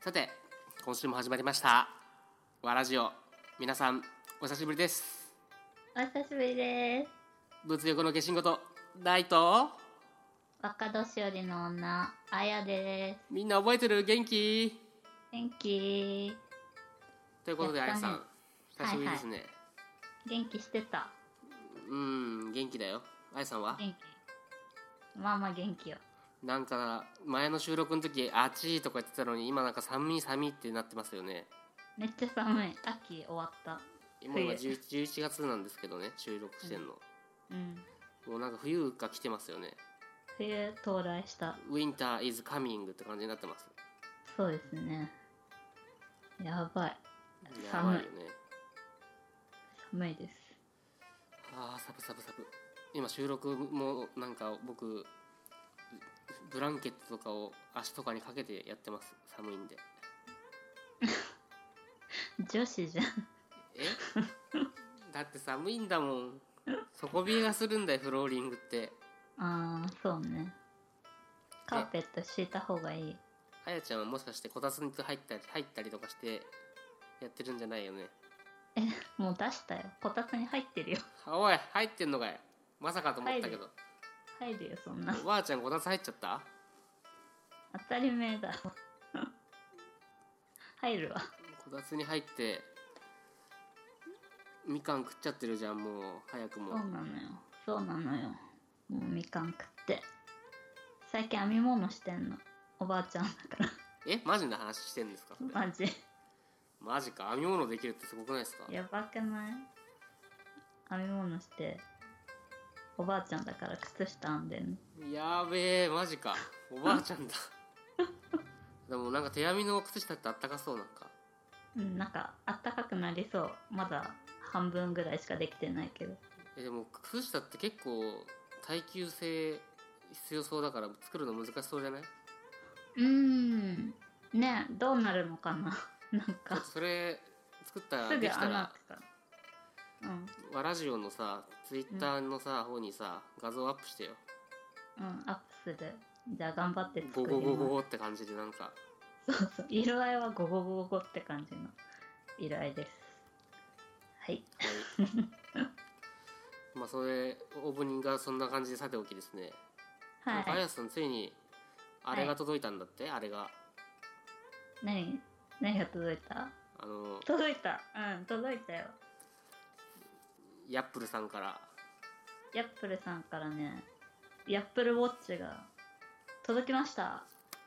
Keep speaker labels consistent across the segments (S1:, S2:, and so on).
S1: さて今週も始まりました「わラジオ」皆さんお久しぶりです
S2: お久しぶりです。
S1: 物欲の化身こと大と
S2: 若年寄りの女、あやで
S1: みんな覚えてる元気
S2: す。元気。
S1: ということであ
S2: や
S1: や
S2: ったね
S1: さん久しぶりですね、
S2: 元気してた。
S1: うん元気だよあやさんは
S2: 元気。まあまあ元気よ。
S1: なんか前の収録の時「あちー」とか言ってたのに今なんか寒い寒いってなってますよね
S2: めっちゃ寒い。秋終わった。
S1: 今今
S2: 冬
S1: 10 11月なんですけどね収録してんの、
S2: うん。
S1: もうなんか冬が来てますよね
S2: 冬到来した。
S1: ウィンターイズカミングって感じになってます
S2: そうですね。やばい。
S1: やばいよね
S2: 寒いです。
S1: あーサブサブサブ今収録もなんか僕ブランケットとかを足とかにかけてやってます寒いんで
S2: 女子じゃん。
S1: えだって寒いんだもん底冷えがするんだよフローリングって
S2: ああ、そうね。カーペット敷いた方がいい。
S1: あやちゃんはもしかしてこたつに入ったり入ったりとかしてやってるんじゃないよね
S2: もう出したよ。こたつに入ってるよ。
S1: あおい入ってんのかよまさかと思ったけど
S2: 入るよ、そんな。
S1: おばあちゃんこたつ入っちゃった
S2: 当たり前だ入るわ
S1: こたつに入ってみかん食っちゃってるじゃんもう早く
S2: そ
S1: も
S2: うなのよそうなのよもうみかん食って最近編み物してんのおばあちゃんだから
S1: えマジな話してんですかそれ
S2: マジ
S1: マジか編み物できるってすごくないですか
S2: やばくない編み物しておばあちゃんだから靴下編んでんの
S1: やべえマジかおばあちゃ んだでもなんか手編みの靴下ってあったかそうなんか
S2: うんなんかあったかくなりそうまだ半分ぐらいしかできてないけど
S1: えでも靴下って結構耐久性必要そうだから作るの難しそうじゃないう
S2: ーんねえどうなるのかな なん
S1: ちょっ
S2: か
S1: とそれ作ったら
S2: すぐ
S1: できた
S2: 穴
S1: ら
S2: 開くからうん
S1: わラジオのさツイッターのさ、方にさ画像アップしてよ
S2: うん、アップする。じゃあ頑張って
S1: ゴ
S2: 作り
S1: ゴゴゴ
S2: ま
S1: ゴって感じでなんか
S2: す。そうそう。色合いはゴゴゴゴゴって感じの色合いです。はい。
S1: はいまあそれオープニングがそんな感じでさておきですねなんか
S2: は
S1: あ
S2: い。
S1: やさんついにあれが届いたんだって、あれが
S2: 何何が届いた
S1: あの
S2: 届いた。うん、届いたよ。
S1: ヤップルさんから
S2: ヤップルさんからね、ヤップルウォッチが届きました。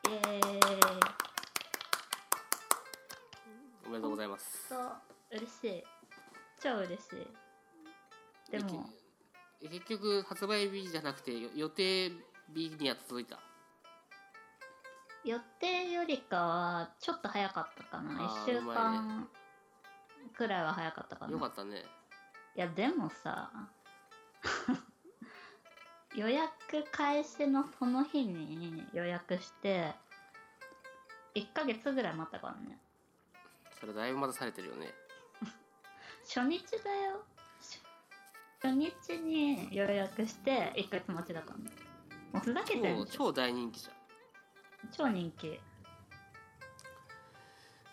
S2: イエーイ。
S1: おめでとうございます
S2: そう、嬉しい。超嬉しい。でも、
S1: え結局発売日じゃなくてよ予定日には届いた
S2: 予定よりかはちょっと早かったかな
S1: あー
S2: 1週
S1: うまい
S2: 間くらいは早かったかな
S1: よかったね
S2: いやでもさ 予約開始のその日に予約して1ヶ月ぐらい待ったからね
S1: それだいぶ待たされてるよね
S2: 初日だよし初日に予約して1ヶ月待ちだからねもうふざけて
S1: 超
S2: る
S1: 超大人気じゃん
S2: 超人気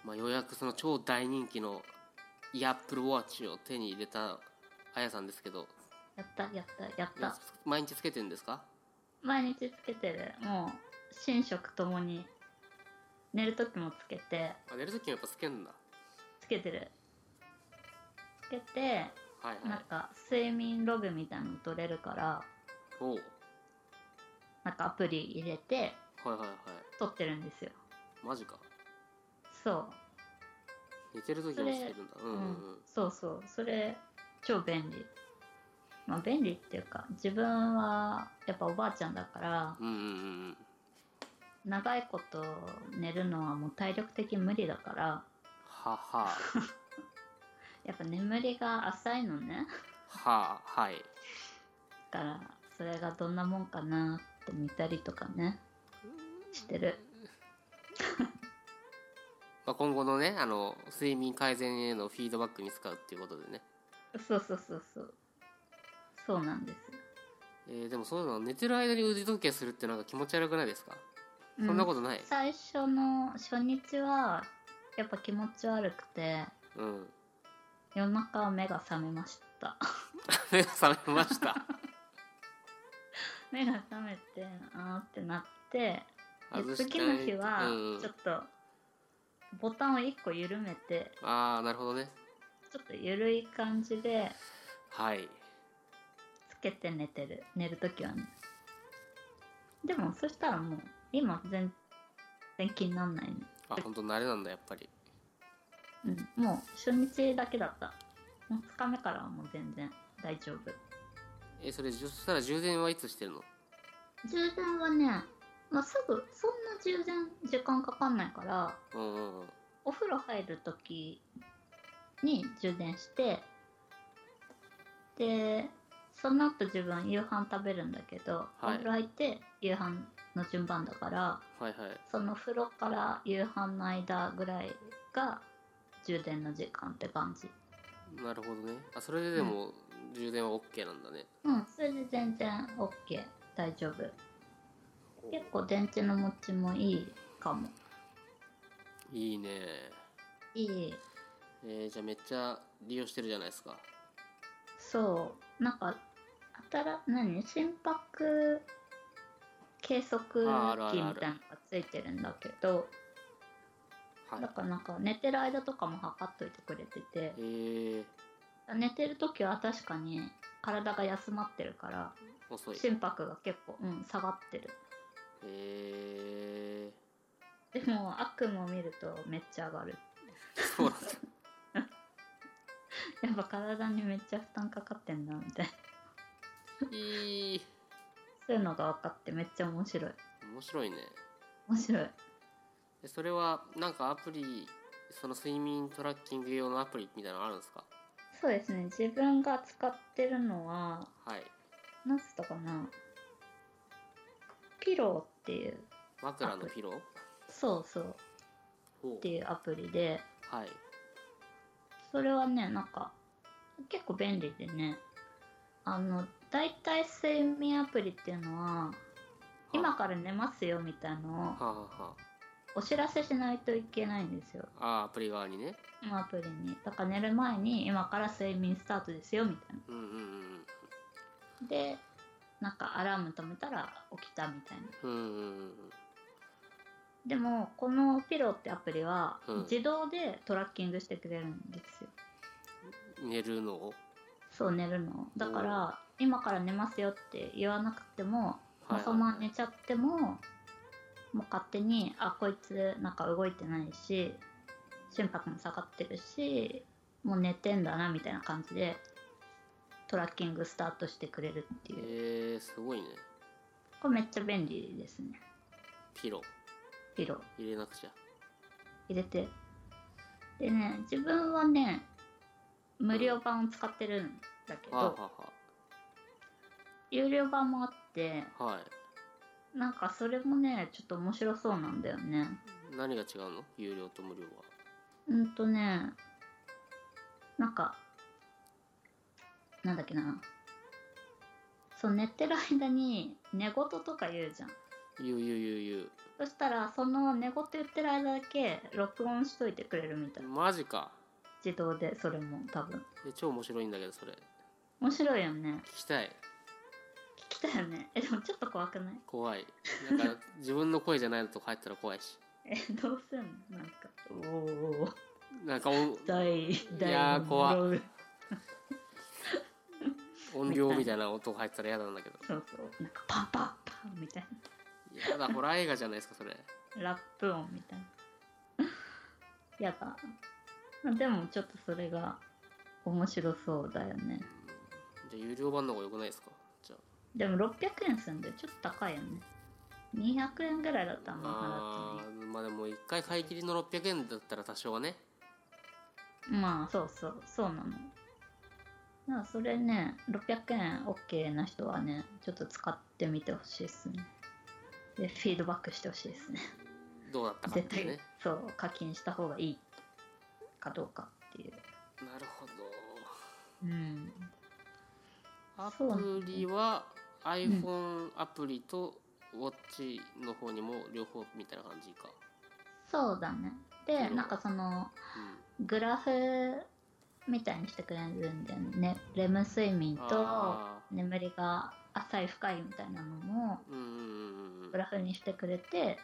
S1: まあ、ようやくその超大人気のイヤップルウォッチを手に入れたあやさんですけど
S2: やったやったやっ
S1: いや
S2: た
S1: 毎日つけてるんですか
S2: 毎日つけてるもう寝食ともに寝る時もつけて
S1: あ寝る時もやっぱつけるんだ
S2: つけてるつけて
S1: はいは
S2: ないんか睡眠ログみたいなの取れるから
S1: おう
S2: なんかアプリ入れて
S1: はいはいはい
S2: 取ってるんですよ
S1: マジか
S2: そう
S1: 寝てる時もつけるんだうんうんうん
S2: そうそうそれ超便利まあ便利っていうか自分はやっぱおばあちゃんだから
S1: うんうんうんうん
S2: 長いこと寝るのはもう体力的に無理だから
S1: はは
S2: やっぱ眠りが浅いのね
S1: ははい
S2: だからそれがどんなもんかなって見たりとかねしてる
S1: まあ、今後のねあの睡眠改善へのフィードバックに使うっていうことでね、
S2: そうそうそうそうそうなんです
S1: えーでもそういうの寝てる間に腕時計するってなんか気持ち悪くないですか
S2: うん
S1: そんなことない
S2: 最初の初日はやっぱ気持ち悪くて
S1: うん
S2: 夜中目が覚めました。
S1: 目が覚めました
S2: 目が覚めてあーってなってで
S1: 外し
S2: 次
S1: たい
S2: の日は
S1: うんうん
S2: ちょっとボタンを1個緩めて
S1: ああなるほどね
S2: ちょっと緩い感じで
S1: はい
S2: つけて寝てる寝る時はねでもそしたらもう今全然気になんないね、
S1: あ本当慣れなんだやっぱり
S2: うん、もう初日だけだった2日目からはもう全然大丈夫
S1: えそれそしたら充電はいつしてるの
S2: 充電はね、まあ、すぐそんな充電時間かかんないから
S1: うんうんうん
S2: お風呂入る時に充電してでその後自分夕飯食べるんだけど、
S1: はい
S2: お風呂入って夕飯の順番だから
S1: はいはい
S2: その風呂から夕飯の間ぐらいが充電の時間って感じ
S1: なるほどねあそれででも充電は OK なんだね
S2: うんそれで全然 OK 大丈夫結構電池の持ちもいいかも
S1: いいね
S2: いい
S1: えー、じゃあめっちゃ利用してるじゃないですか
S2: そうなんか新何心拍計測
S1: ああるあ
S2: 器み
S1: るあ
S2: たいな
S1: る
S2: のがついてるんだけど
S1: はい
S2: だからなんか寝てる間とかも測っといてくれてて
S1: えー、
S2: 寝てる時は確かに体が休まってるから
S1: 遅い
S2: 心拍が結構、うん、下がってる
S1: え
S2: でも悪夢を見るとめっちゃ上がる
S1: ー、そうなんだ
S2: やっぱ体にめっちゃ負担かかってんだみたいない
S1: い
S2: そういうのが分かってめっちゃ面白い
S1: 面白いね
S2: 面白い
S1: えそれはなんかアプリその睡眠トラッキング用のアプリみたいなのあるんですか
S2: そうですね自分が使ってるのは
S1: はい
S2: なんつったかなピローっていう
S1: 枕のピロー
S2: そうそう
S1: ほ
S2: っていうアプリで
S1: うはい
S2: それはねなんか結構便利でねあの大体睡眠アプリっていうのは今から寝ますよみたいの
S1: はあ、はあは
S2: をお知らせしないといけないんですよ
S1: あ、あーアプリ側にね
S2: アプリにだから寝る前に今から睡眠スタートですよみたい
S1: うんうんうん
S2: なでなんかアラーム止めたら起きたみたいな
S1: うんうんうん
S2: でもこのピローってアプリは
S1: うん
S2: 自動でトラッキングしてくれるんですよ、
S1: うん寝るのを
S2: そう寝るのだから今から寝ますよって言わなくても、まあ
S1: はい
S2: そのまま寝ちゃってももう勝手にあこいつなんか動いてないし心拍も下がってるしもう寝てんだなみたいな感じでトラッキングスタートしてくれるっていう
S1: えー、すごいね
S2: これめっちゃ便利ですね
S1: ピロー
S2: ピロー
S1: 入れなくちゃ
S2: 入れてでね自分はね無料版を使ってるんだけ
S1: はあ、
S2: ど、
S1: は
S2: 有料版もあって
S1: あはあ、はい
S2: なんかそれもねちょっと面白そうなんだよね
S1: 何が違うの有料と無料は
S2: うんとねなんかなんだっけなそう寝てる間に寝言とか言うじゃん
S1: 言う言う言う言う
S2: そしたらその寝言言ってる間だけ録音しといてくれるみたいな
S1: マジか
S2: 自動でそれも多分
S1: え超面白いんだけどそれ
S2: 面白いよね
S1: 聞きたい
S2: 聞きたいよねえでもちょっと怖くない
S1: 怖いなんか 自分の声じゃないのとか入ったら怖いし
S2: え どうすんのなんかおお
S1: なんか音
S2: 大大
S1: いやー怖っ
S2: ブログ
S1: 音量みたいな音が入ったら嫌なんだけど
S2: そうそうなんかパンパンパンみたい
S1: 嫌だホラー映画じゃないですかそれ
S2: なラップ音みたいなやだまあでもちょっとそれが面白そうだよね
S1: じゃあ有料版の方が良くないですかじゃ
S2: でも600円すんでちょっと高いよね200円ぐらいだった
S1: あ
S2: らもう払
S1: あ
S2: って
S1: ーまあでも一回買い切りの600円だったら多少はね
S2: もいいまあそうそうそうなのだからそれね600円 OK な人はねちょっと使ってみてほしいですねでフィードバックしてほしいですね
S1: どうだったかっ
S2: 絶
S1: てい
S2: 対、
S1: うね
S2: そう課金した方がいいかどうかっていう、
S1: なるほど
S2: うん、
S1: ア
S2: そうなんだ
S1: プリは iPhone アプリとウォッチの方にも両方みたいな感じか
S2: そうだね
S1: なる
S2: で
S1: ほど
S2: なんかそのグラフみたいにしてくれるんだよねレム
S1: う
S2: 睡眠
S1: ん
S2: と
S1: あ
S2: 眠りが浅い深いみたいなのも
S1: ーうんうんうんうん
S2: グラフにしてくれて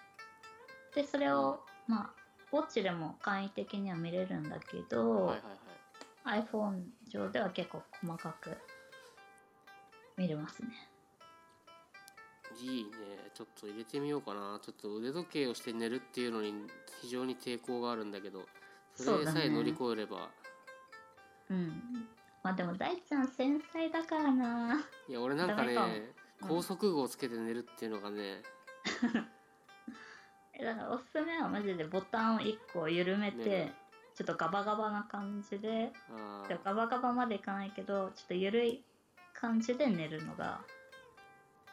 S2: でそれをまあウォッチでも簡易的には見れるんだけど、
S1: はいはいはい
S2: iPhone 上では結構細かく見れますね
S1: いいねちょっと入れてみようかなちょっと腕時計をして寝るっていうのに非常に抵抗があるんだけどそ
S2: そう
S1: れ
S2: だ
S1: さえ
S2: ね
S1: 乗り越えれば、
S2: うんまあでも大ちゃん繊細だからない
S1: や俺なんかね
S2: ダメかもうん
S1: 高速具をつけて寝るっていうのがね
S2: えだからおすすめはマジでボタンを1個緩めて、
S1: ね
S2: ちょっとガバガバな感じで
S1: あ
S2: で
S1: ー
S2: もガバガバまでいかないけどちょっと緩い感じで寝るのが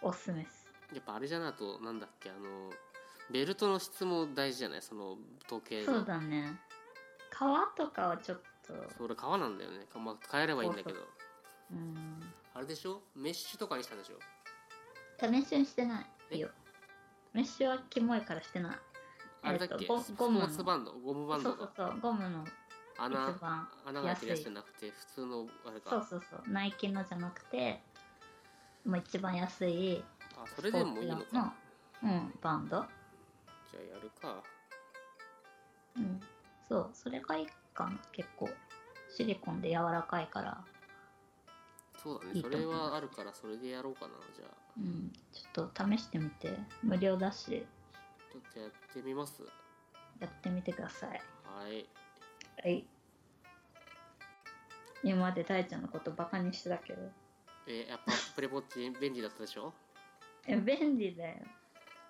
S2: おすすめです
S1: やっぱあれじゃなとなんだっけあのベルトの質も大事じゃないその時計
S2: そう
S1: の
S2: だね皮とかはちょっ
S1: そ
S2: と
S1: う俺革なんだよね、かまあ、変えればいいんだけど
S2: うん
S1: あれでしょメッシュとかにしたんでしょ
S2: 試しにしてな
S1: え
S2: いよメッシュはキモいからしてない
S1: あれだっけ、
S2: えっとゴ
S1: スポ
S2: ゴムの
S1: ーツバンドゴムバン
S2: そ
S1: ド
S2: うそう
S1: が
S2: そうゴムの
S1: 穴
S2: 一番
S1: 穴が開いてるやつじゃなくて普通のあれか
S2: そうそうそうナイキのじゃなくてもう一番安い
S1: あそれでもいいのか
S2: スポーツ用のうんバンド
S1: じゃあやるか
S2: うんそうそれがいいかな結構シリコンで柔らかいから
S1: そうだね
S2: いい
S1: そ
S2: と思う
S1: れはあるからそれでやろうかなじゃあ
S2: うんちょっと試してみて無料だし
S1: ちょっとやってみます
S2: やってみてください
S1: はい
S2: はい今まで大ちゃんのことバカにしてたけど
S1: えやっぱプレポッチ便利だったでしょ
S2: え便利だよ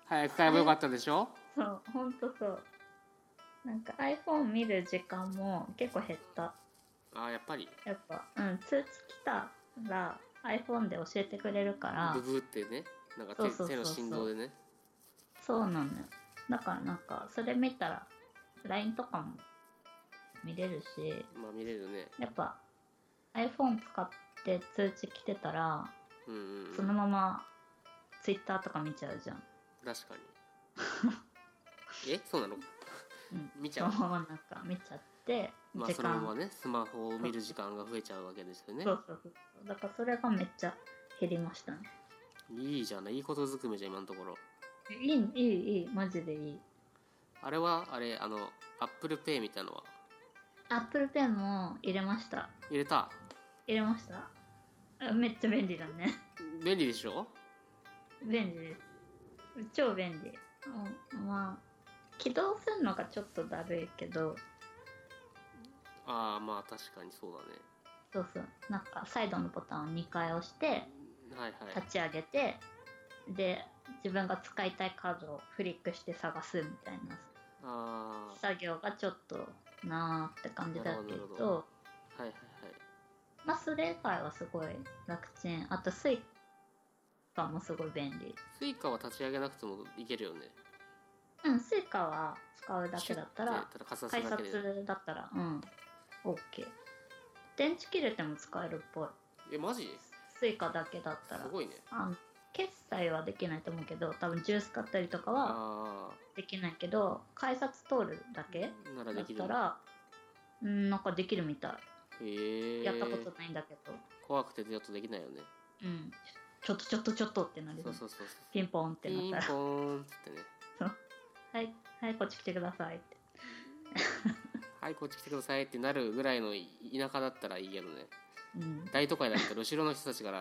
S1: 早く買えばよかったでしょ
S2: そうほんとそうなんか iPhone 見る時間も結構減った
S1: あやっぱり
S2: やっぱうん通知来たら iPhone で教えてくれるから
S1: ブブーってねなんか手
S2: そうそうそうそう
S1: 手の振動でね
S2: そうなのよだからなんかそれ見たら LINE とかも見れるし
S1: まあ見れるね
S2: やっぱ iPhone 使って通知来てたら
S1: うんうん、うん、
S2: そのまま Twitter とか見ちゃうじゃん
S1: 確か にえそうなの
S2: うん
S1: 見ち
S2: そ
S1: ゃ
S2: の
S1: う
S2: ままなんか見ちゃって
S1: まあ
S2: 時
S1: そのま
S2: 間、
S1: まねスマホを見る時間が増えちゃうわけですよね
S2: そうそうそうそうだからそれがめっちゃ減りましたね
S1: いいじゃないいいことずくめじゃん今のところ
S2: いいいいいいマジでいい
S1: あれはあれあのアップルペイみたいのは
S2: Apple Pen も入れました
S1: 入れた
S2: 入れましたあめっちゃ便利だね
S1: 便利でしょ
S2: 便利です超便利うんまあ起動するのがちょっとだるいけど
S1: ああまあ確かにそうだね
S2: そうそうなんかサイドのボタンを2回押して
S1: はいはい
S2: 立ち上げてで自分が使いたいカードをフリックして探すみたいな
S1: あ
S2: 作業がちょっとなーって感じだ
S1: な
S2: け
S1: るほどなる
S2: ど
S1: ほどあはいはい
S2: まあそれ以外はすごい楽ちんあとスイカもすごい便利
S1: はい Suica は立ち上げなくてもいけるよね
S2: うんスイカは使うだけだった
S1: シュッ
S2: ら
S1: てやかざす
S2: 改
S1: だけで
S2: 札だったらうん OK 電池切れても使えるっぽい
S1: えマジ
S2: スイカだけだったら
S1: すごいね
S2: あの決済はできないと思うけど多分ジュース買ったりとかは
S1: ああ
S2: できないけど改札通るだけ
S1: なら
S2: だ
S1: で
S2: っ
S1: きる
S2: たらうんなんかできるみたい、
S1: へえ
S2: やったことないんだけど
S1: 怖くてちょっとできないよね
S2: うんちょっとちょっとちょっとってなるよ
S1: そ
S2: ね
S1: うそうそうそう
S2: ピンポンって
S1: ピン
S2: な
S1: ポ
S2: ったら
S1: ーンっつってね
S2: はい、はい、こっち来てくださいって。
S1: はいこっち来てくださいってなるぐらいの田舎だったらいいけどね
S2: うん。
S1: 大都会だったら後ろの人たちから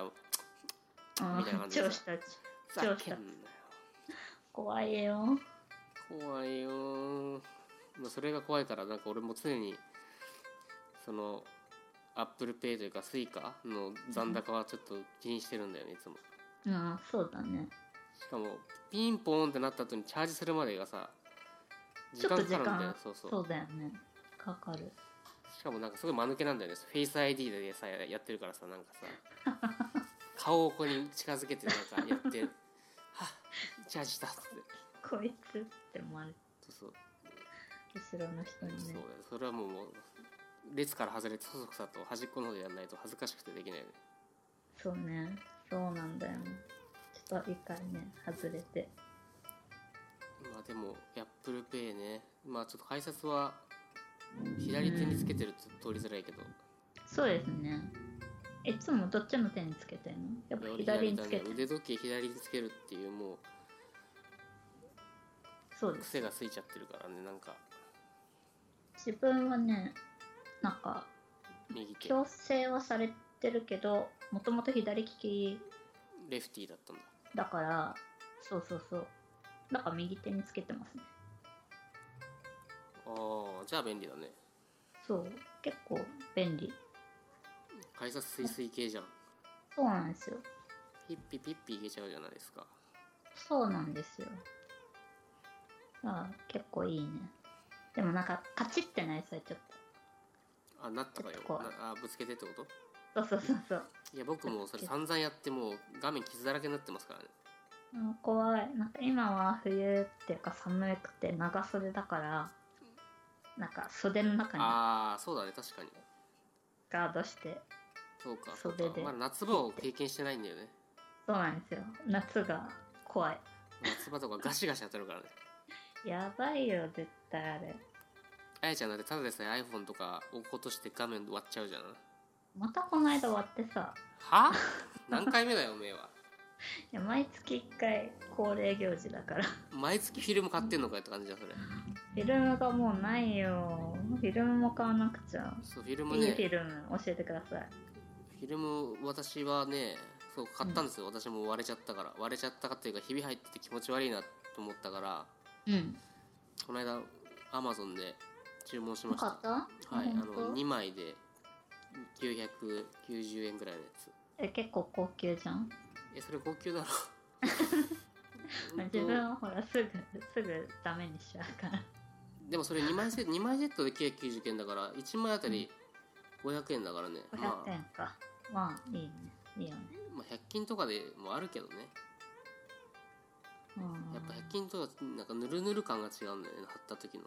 S2: あ
S1: みたいな
S2: ー
S1: 感じで
S2: 上
S1: す
S2: 司たち。
S1: 「ふざけんなよ
S2: 怖いよ。
S1: 怖いよーまあそれが怖いからなんか俺も常にそのアップルペイというかスイカの残高はちょっと気にしてるんだよねいつも
S2: うん、そうだね。
S1: しかもピンポーンってなった後にチャージするまでがさ
S2: ちょっと時
S1: かかるんだよね、
S2: 間
S1: そうそう
S2: そうだよね。かかる。
S1: しかもなんかすごい間抜けなんだよねフェイス ID でさやってるからさなんかさ顔をここに近づけてなんかやって「 はっチャージした」って
S2: こいつって思われる
S1: そうそう
S2: 後ろの人
S1: そう
S2: に
S1: だ
S2: ね
S1: よ。それはもうもう列から外れてそそくさと端っこの方でやんないと恥ずかしくてできないよね
S2: そうね。そうなんだよね。ちょっと一回ね外れて
S1: まあでも ApplePay ねまあちょっと改札は左手につけてると通りづらいけど、
S2: そうですねいつもどっちの手につけてんのやっぱ左につけ
S1: だ
S2: て
S1: ね
S2: る
S1: 腕時計左につけるっていうも
S2: そう
S1: う
S2: です
S1: 癖がついちゃってるからねなんか
S2: 自分はねなんか
S1: 右手
S2: 強制はされてるけどもともと左利き
S1: レフティーだったんだ
S2: だからそうそうそうだから右手につけてますね
S1: ああじゃあ便利だね
S2: そう結構便利
S1: 改札スイスイ系じゃん
S2: そうなんですよ
S1: ピッピピッピいけちゃうじゃないですか
S2: そうなんですよああ結構いいねでもなんかカチッってなりそうちょっ
S1: あなったかよ
S2: ちょっとこう
S1: なあぶつけてってこと
S2: とそうそうそうそう
S1: いや僕もそれ散々やってもう画面傷だらけになってますからね
S2: うん怖いなんか今は冬っていうか寒くて長袖だからなんか袖の中に
S1: ああそうだね確かに
S2: ガードして
S1: そうかそう
S2: 袖
S1: か
S2: で
S1: まだ夏場を経験してないんだよね
S2: そうなんですよ夏が怖い
S1: 夏場とかガシガシ当たるからね
S2: やばいよ絶対あれ
S1: あやちゃんだってただでさえ iPhone とか落っことして画面割っちゃうじゃんは
S2: またこの間割ってさ
S1: あ何回目だよおめえはい
S2: や毎月1回恒例行事だから
S1: 毎月フィルム買ってんのかよって感じじゃんそれ
S2: フィルムがもうないよフィルムも買わなくちゃ
S1: そうフィルム
S2: いい
S1: ね
S2: フィルム教えてください
S1: フィルム私はねそう買ったんですよ、私も割れちゃったから割れちゃったかっていうかひび入ってて気持ち悪いなと思ったから
S2: うん
S1: この間アマゾンで注文し
S2: よ
S1: まし
S2: か
S1: た
S2: った
S1: はいあ
S2: 本当
S1: の2枚で990円ぐらいのやつ
S2: え結構高級じゃん
S1: えそれ高級だ ろ本当
S2: 自分はほらすぐ すぐダメにしちゃうから
S1: でもそれ2枚セット2枚セットで990円だから1枚あたり500円だからね、ま
S2: 500
S1: あ
S2: 円かまあいいねいいよね
S1: まあ、100均とかでもあるけどね
S2: うん
S1: やっぱ100均とはなんかぬるぬる感が違うんだよね貼った時の、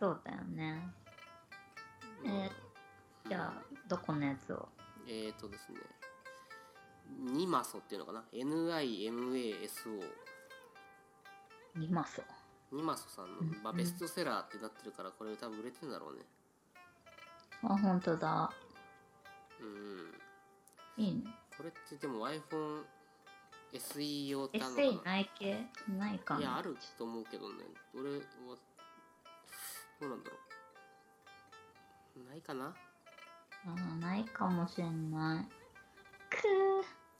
S2: そうだよねえー
S1: うん
S2: じゃあどこのやつを
S1: えーとですねニマソっていうのかな NIMASO
S2: 見ます
S1: ニマソさんの、まあ、
S2: うん
S1: ベストセラーってなってるからこれ多分売れてんだろうね
S2: あ本当だ
S1: うん
S2: いいね
S1: これってでも iPhone SE 用ってあんのか
S2: SE ない系ないか
S1: い
S2: な
S1: やあると思うけどね俺はどうなんだろうないかな
S2: うんないかもしれないく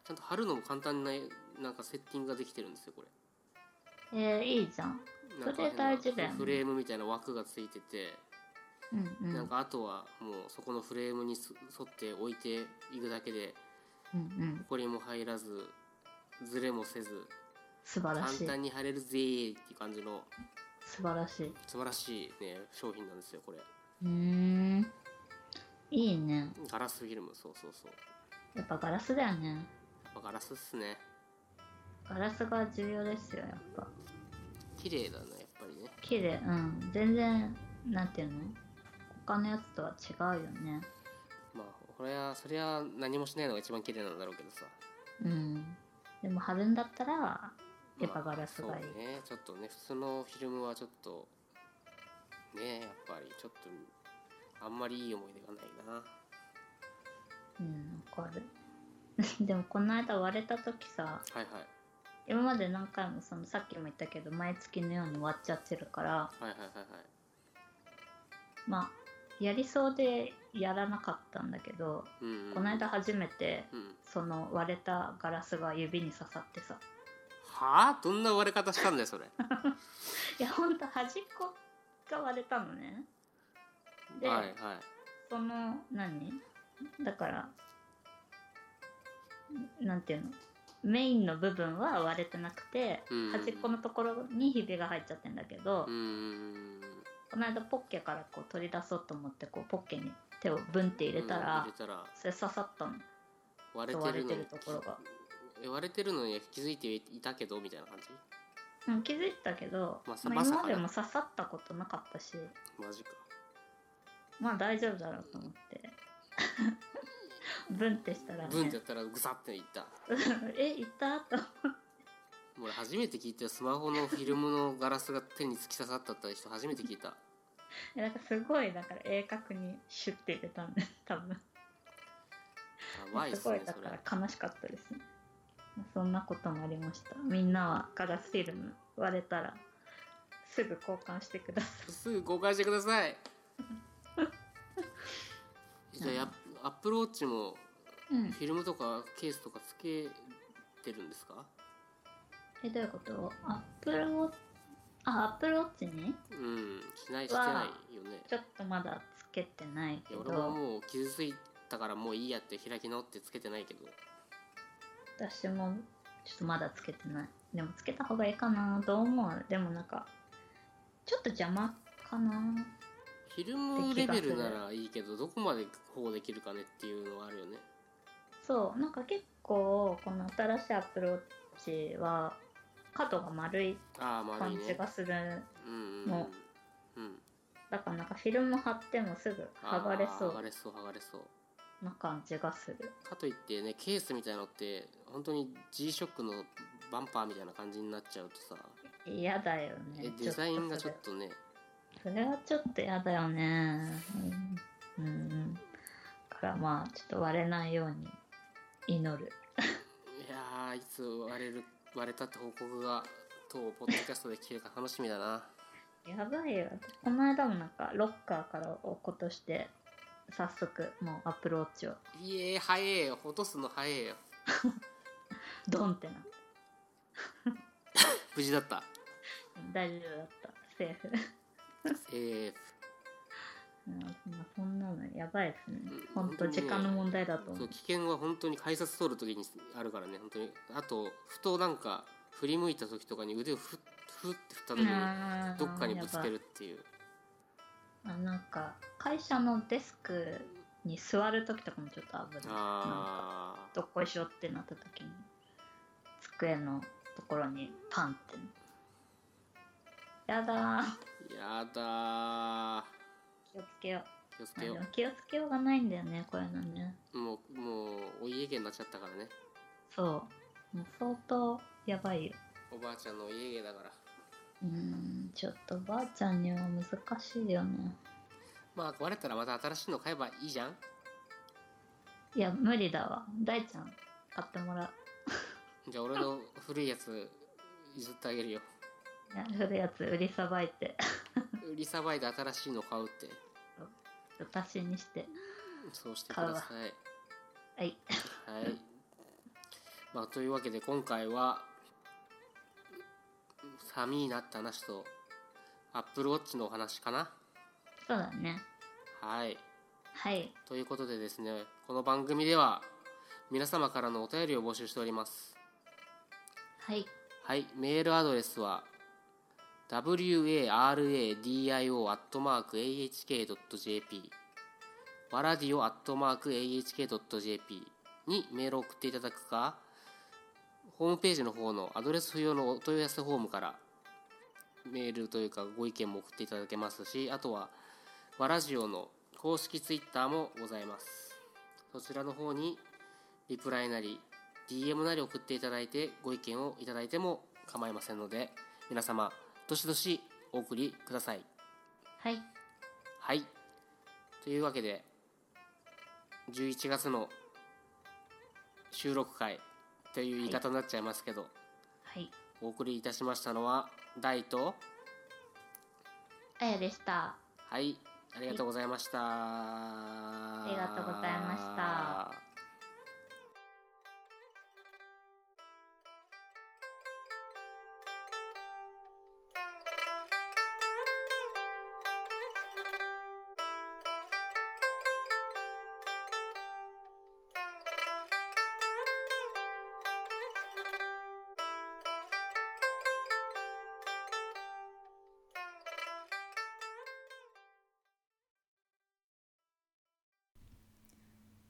S1: ちゃんと貼るのも簡単ななんかセッティングができてるんですよこれ
S2: ーえーいいじゃん
S1: なんか
S2: それ大事だよね
S1: フレームみたいな枠がついてて、
S2: うんうん
S1: なんかあとはもうそこのフレームにす沿って置いていくだけで
S2: うんうん
S1: これも入らずズレもせず
S2: 素晴ら
S1: 簡
S2: しい
S1: 単に貼れるぜーっていう感じの
S2: 素晴らしいう
S1: 素晴らしいね商品なんですよこれ
S2: ーんいいね
S1: ガラスフィルムそうそうそう
S2: やっぱガラスだよね
S1: やっぱガラスっすね
S2: ガラスが重要ですよやっぱ
S1: 綺麗だねやっぱりね
S2: 綺麗うん全然なんていうの他のやつとは違うよね
S1: まあこれはそりゃ何もしないのが一番綺麗なんだろうけどさ
S2: うんでも貼るんだったらやっぱ
S1: まあ
S2: ガラスがいい
S1: そうねちょっとね普通のフィルムはちょっとねやっぱりちょっとあんまりいい思い出がないな
S2: うんわかる でもこの間割れた時さ
S1: はいはい
S2: 今まで何回もそのさっきも言ったけど毎月のように割っちゃってるから
S1: はいはいはいはい
S2: まあやりそうでやらなかったんだけど、
S1: うん、うん、
S2: この間初めて
S1: うん
S2: その割れたガラスが指に刺さってさ
S1: はあどんな割れ方したんだよそれ
S2: いやほんと端っこが割れたのね で
S1: はいはい
S2: その何だからなんていうのメインの部分は割れてなくて、
S1: うん
S2: 端っこのところにひびが入っちゃってんだけど、
S1: うーん
S2: この間ポッケからこう取り出そうと思ってこうポッケに手をブンって入れた
S1: う
S2: ら、
S1: ん入れたら
S2: それ刺さったの
S1: 割れて
S2: 割
S1: る
S2: れ
S1: の
S2: てるところが、
S1: え割れてるのに気づいていたけどみたいな感じ
S2: うん、気づいたけど、
S1: まあさ
S2: ま
S1: ま
S2: あ
S1: さ
S2: 今
S1: か
S2: まで
S1: ね
S2: も刺さったことなかったし
S1: マジか
S2: まあ大丈夫だろうと思って ブンってしたら
S1: ブンって
S2: ね
S1: やったらグサッていった
S2: えいったと
S1: 俺初めて聞いたよスマホのフィルムのガラスが手に突き刺さったって人初めて聞いた
S2: えなんかすごいだから鋭角にシュッて入れたんで 多分
S1: やばいっ
S2: す
S1: す
S2: ご
S1: ね
S2: いだ
S1: それ
S2: から悲しかったですねそんなこともありましたみんなはガラスフィルム割れたらすぐ交換してくださ
S1: すぐ公開してくださ いじゃあやアップルウォッチも
S2: い、うん、
S1: フィルムとかケースとかつけてるんですか
S2: えどういうことアップルウォッチあアップルウォッチに
S1: うんしないしてないよね
S2: ちょっとまだつけてない
S1: い
S2: け
S1: や俺は
S2: ど
S1: もう傷ついたからもういいやって開き直ってつけてないけど
S2: 私もちょっとまだつけてないでもつけた方がいいかなどう思うでもなんかちょっと邪魔かな
S1: フィルムレベルならいいけどどこまで保護できるかねっていうのはあるよね
S2: そうなんか結構この新しいアップルウォッチは角が丸い
S1: ああ丸い
S2: 感じ
S1: ね
S2: がする
S1: うんうん
S2: も
S1: うんうん
S2: だからなんかフィルム貼ってもすぐ
S1: あー
S2: 剥がれそ
S1: 剥が
S2: う
S1: れそう剥がれそう
S2: な感じがする
S1: かといってねケースみたいのって本当に G ショックのバンパーみたいな感じになっちゃうとさ
S2: 嫌だよ
S1: え
S2: ね
S1: デザインがちょっ
S2: と
S1: とね
S2: それそれはちょっと嫌だよねうん、うん、だからまあちょっと割れないように祈る
S1: いやーいつ割れる割れたって報告が当ポッドキャストで聞けるか楽しみだな
S2: やばいよこの間もなんかロッカーから落っことして早速もうアップルウォッチを
S1: いえ早えよ落とすの早えよ
S2: ドンってなって
S1: 無事だった
S2: 大丈夫だったセーフ
S1: セーフ
S2: うんまあそんなのやばいですね
S1: うん。
S2: 本当時間の問題だと
S1: そ
S2: 思
S1: う
S2: う
S1: 危。険は本当に改札通る時にあるからね本当にあとふとなんか振り向いた時とかに腕をふっふって振った時に
S2: あー
S1: どっかにぶつけるっていう
S2: やばいあなんか会社のデスクに座る時とかもちょっと危ない。
S1: ああ
S2: どっこいしょってなった時に机のところにパンって。やだー
S1: やだー
S2: 気をつけよ
S1: 気をつ
S2: う。
S1: けよ
S2: でも気をつけようがないんだよねこういうのね。
S1: うもうもうお家芸になっちゃったからね
S2: そう。もう相当やばいよ。
S1: おばあちゃんのお家芸だから
S2: うーんちょっとばあちゃんには難しいよね。
S1: まあ壊れたらまた新しいの買えばいいじゃん
S2: いや無理だわ。大ちゃん買ってもらう。
S1: じゃあ俺の古いやつ譲ってあげるよ
S2: いや古いやつ売りさばいて
S1: 売りさばいて新しいの買うって
S2: 足しにして
S1: そうしてください
S2: はい
S1: はい。まあ、というわけで今回は寒いなって話と Apple Watch のお話かな。
S2: そうだね
S1: はい。
S2: はい
S1: ということでですね、この番組では皆様からのお便りを募集しております。
S2: はい
S1: はい、メールアドレスは waradio.ahk.jp わらディオ .ahk.jp にメールを送っていただくかホームページの方のアドレス不要のお問い合わせフォームからメールというかご意見も送っていただけますしあとはわらジオの公式ツイッターもございますそちらの方にリプライなり DM なり送っていただいてご意見をいただいても構いませんので皆様どしどしお送りください
S2: はい
S1: はいというわけで11月の収録会という言い方になっちゃいますけど、
S2: はい
S1: お送りいたしましたのは大と
S2: あやでした
S1: はいありがとうございました、
S2: いありがとうございました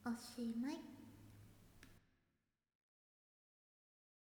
S3: おしまい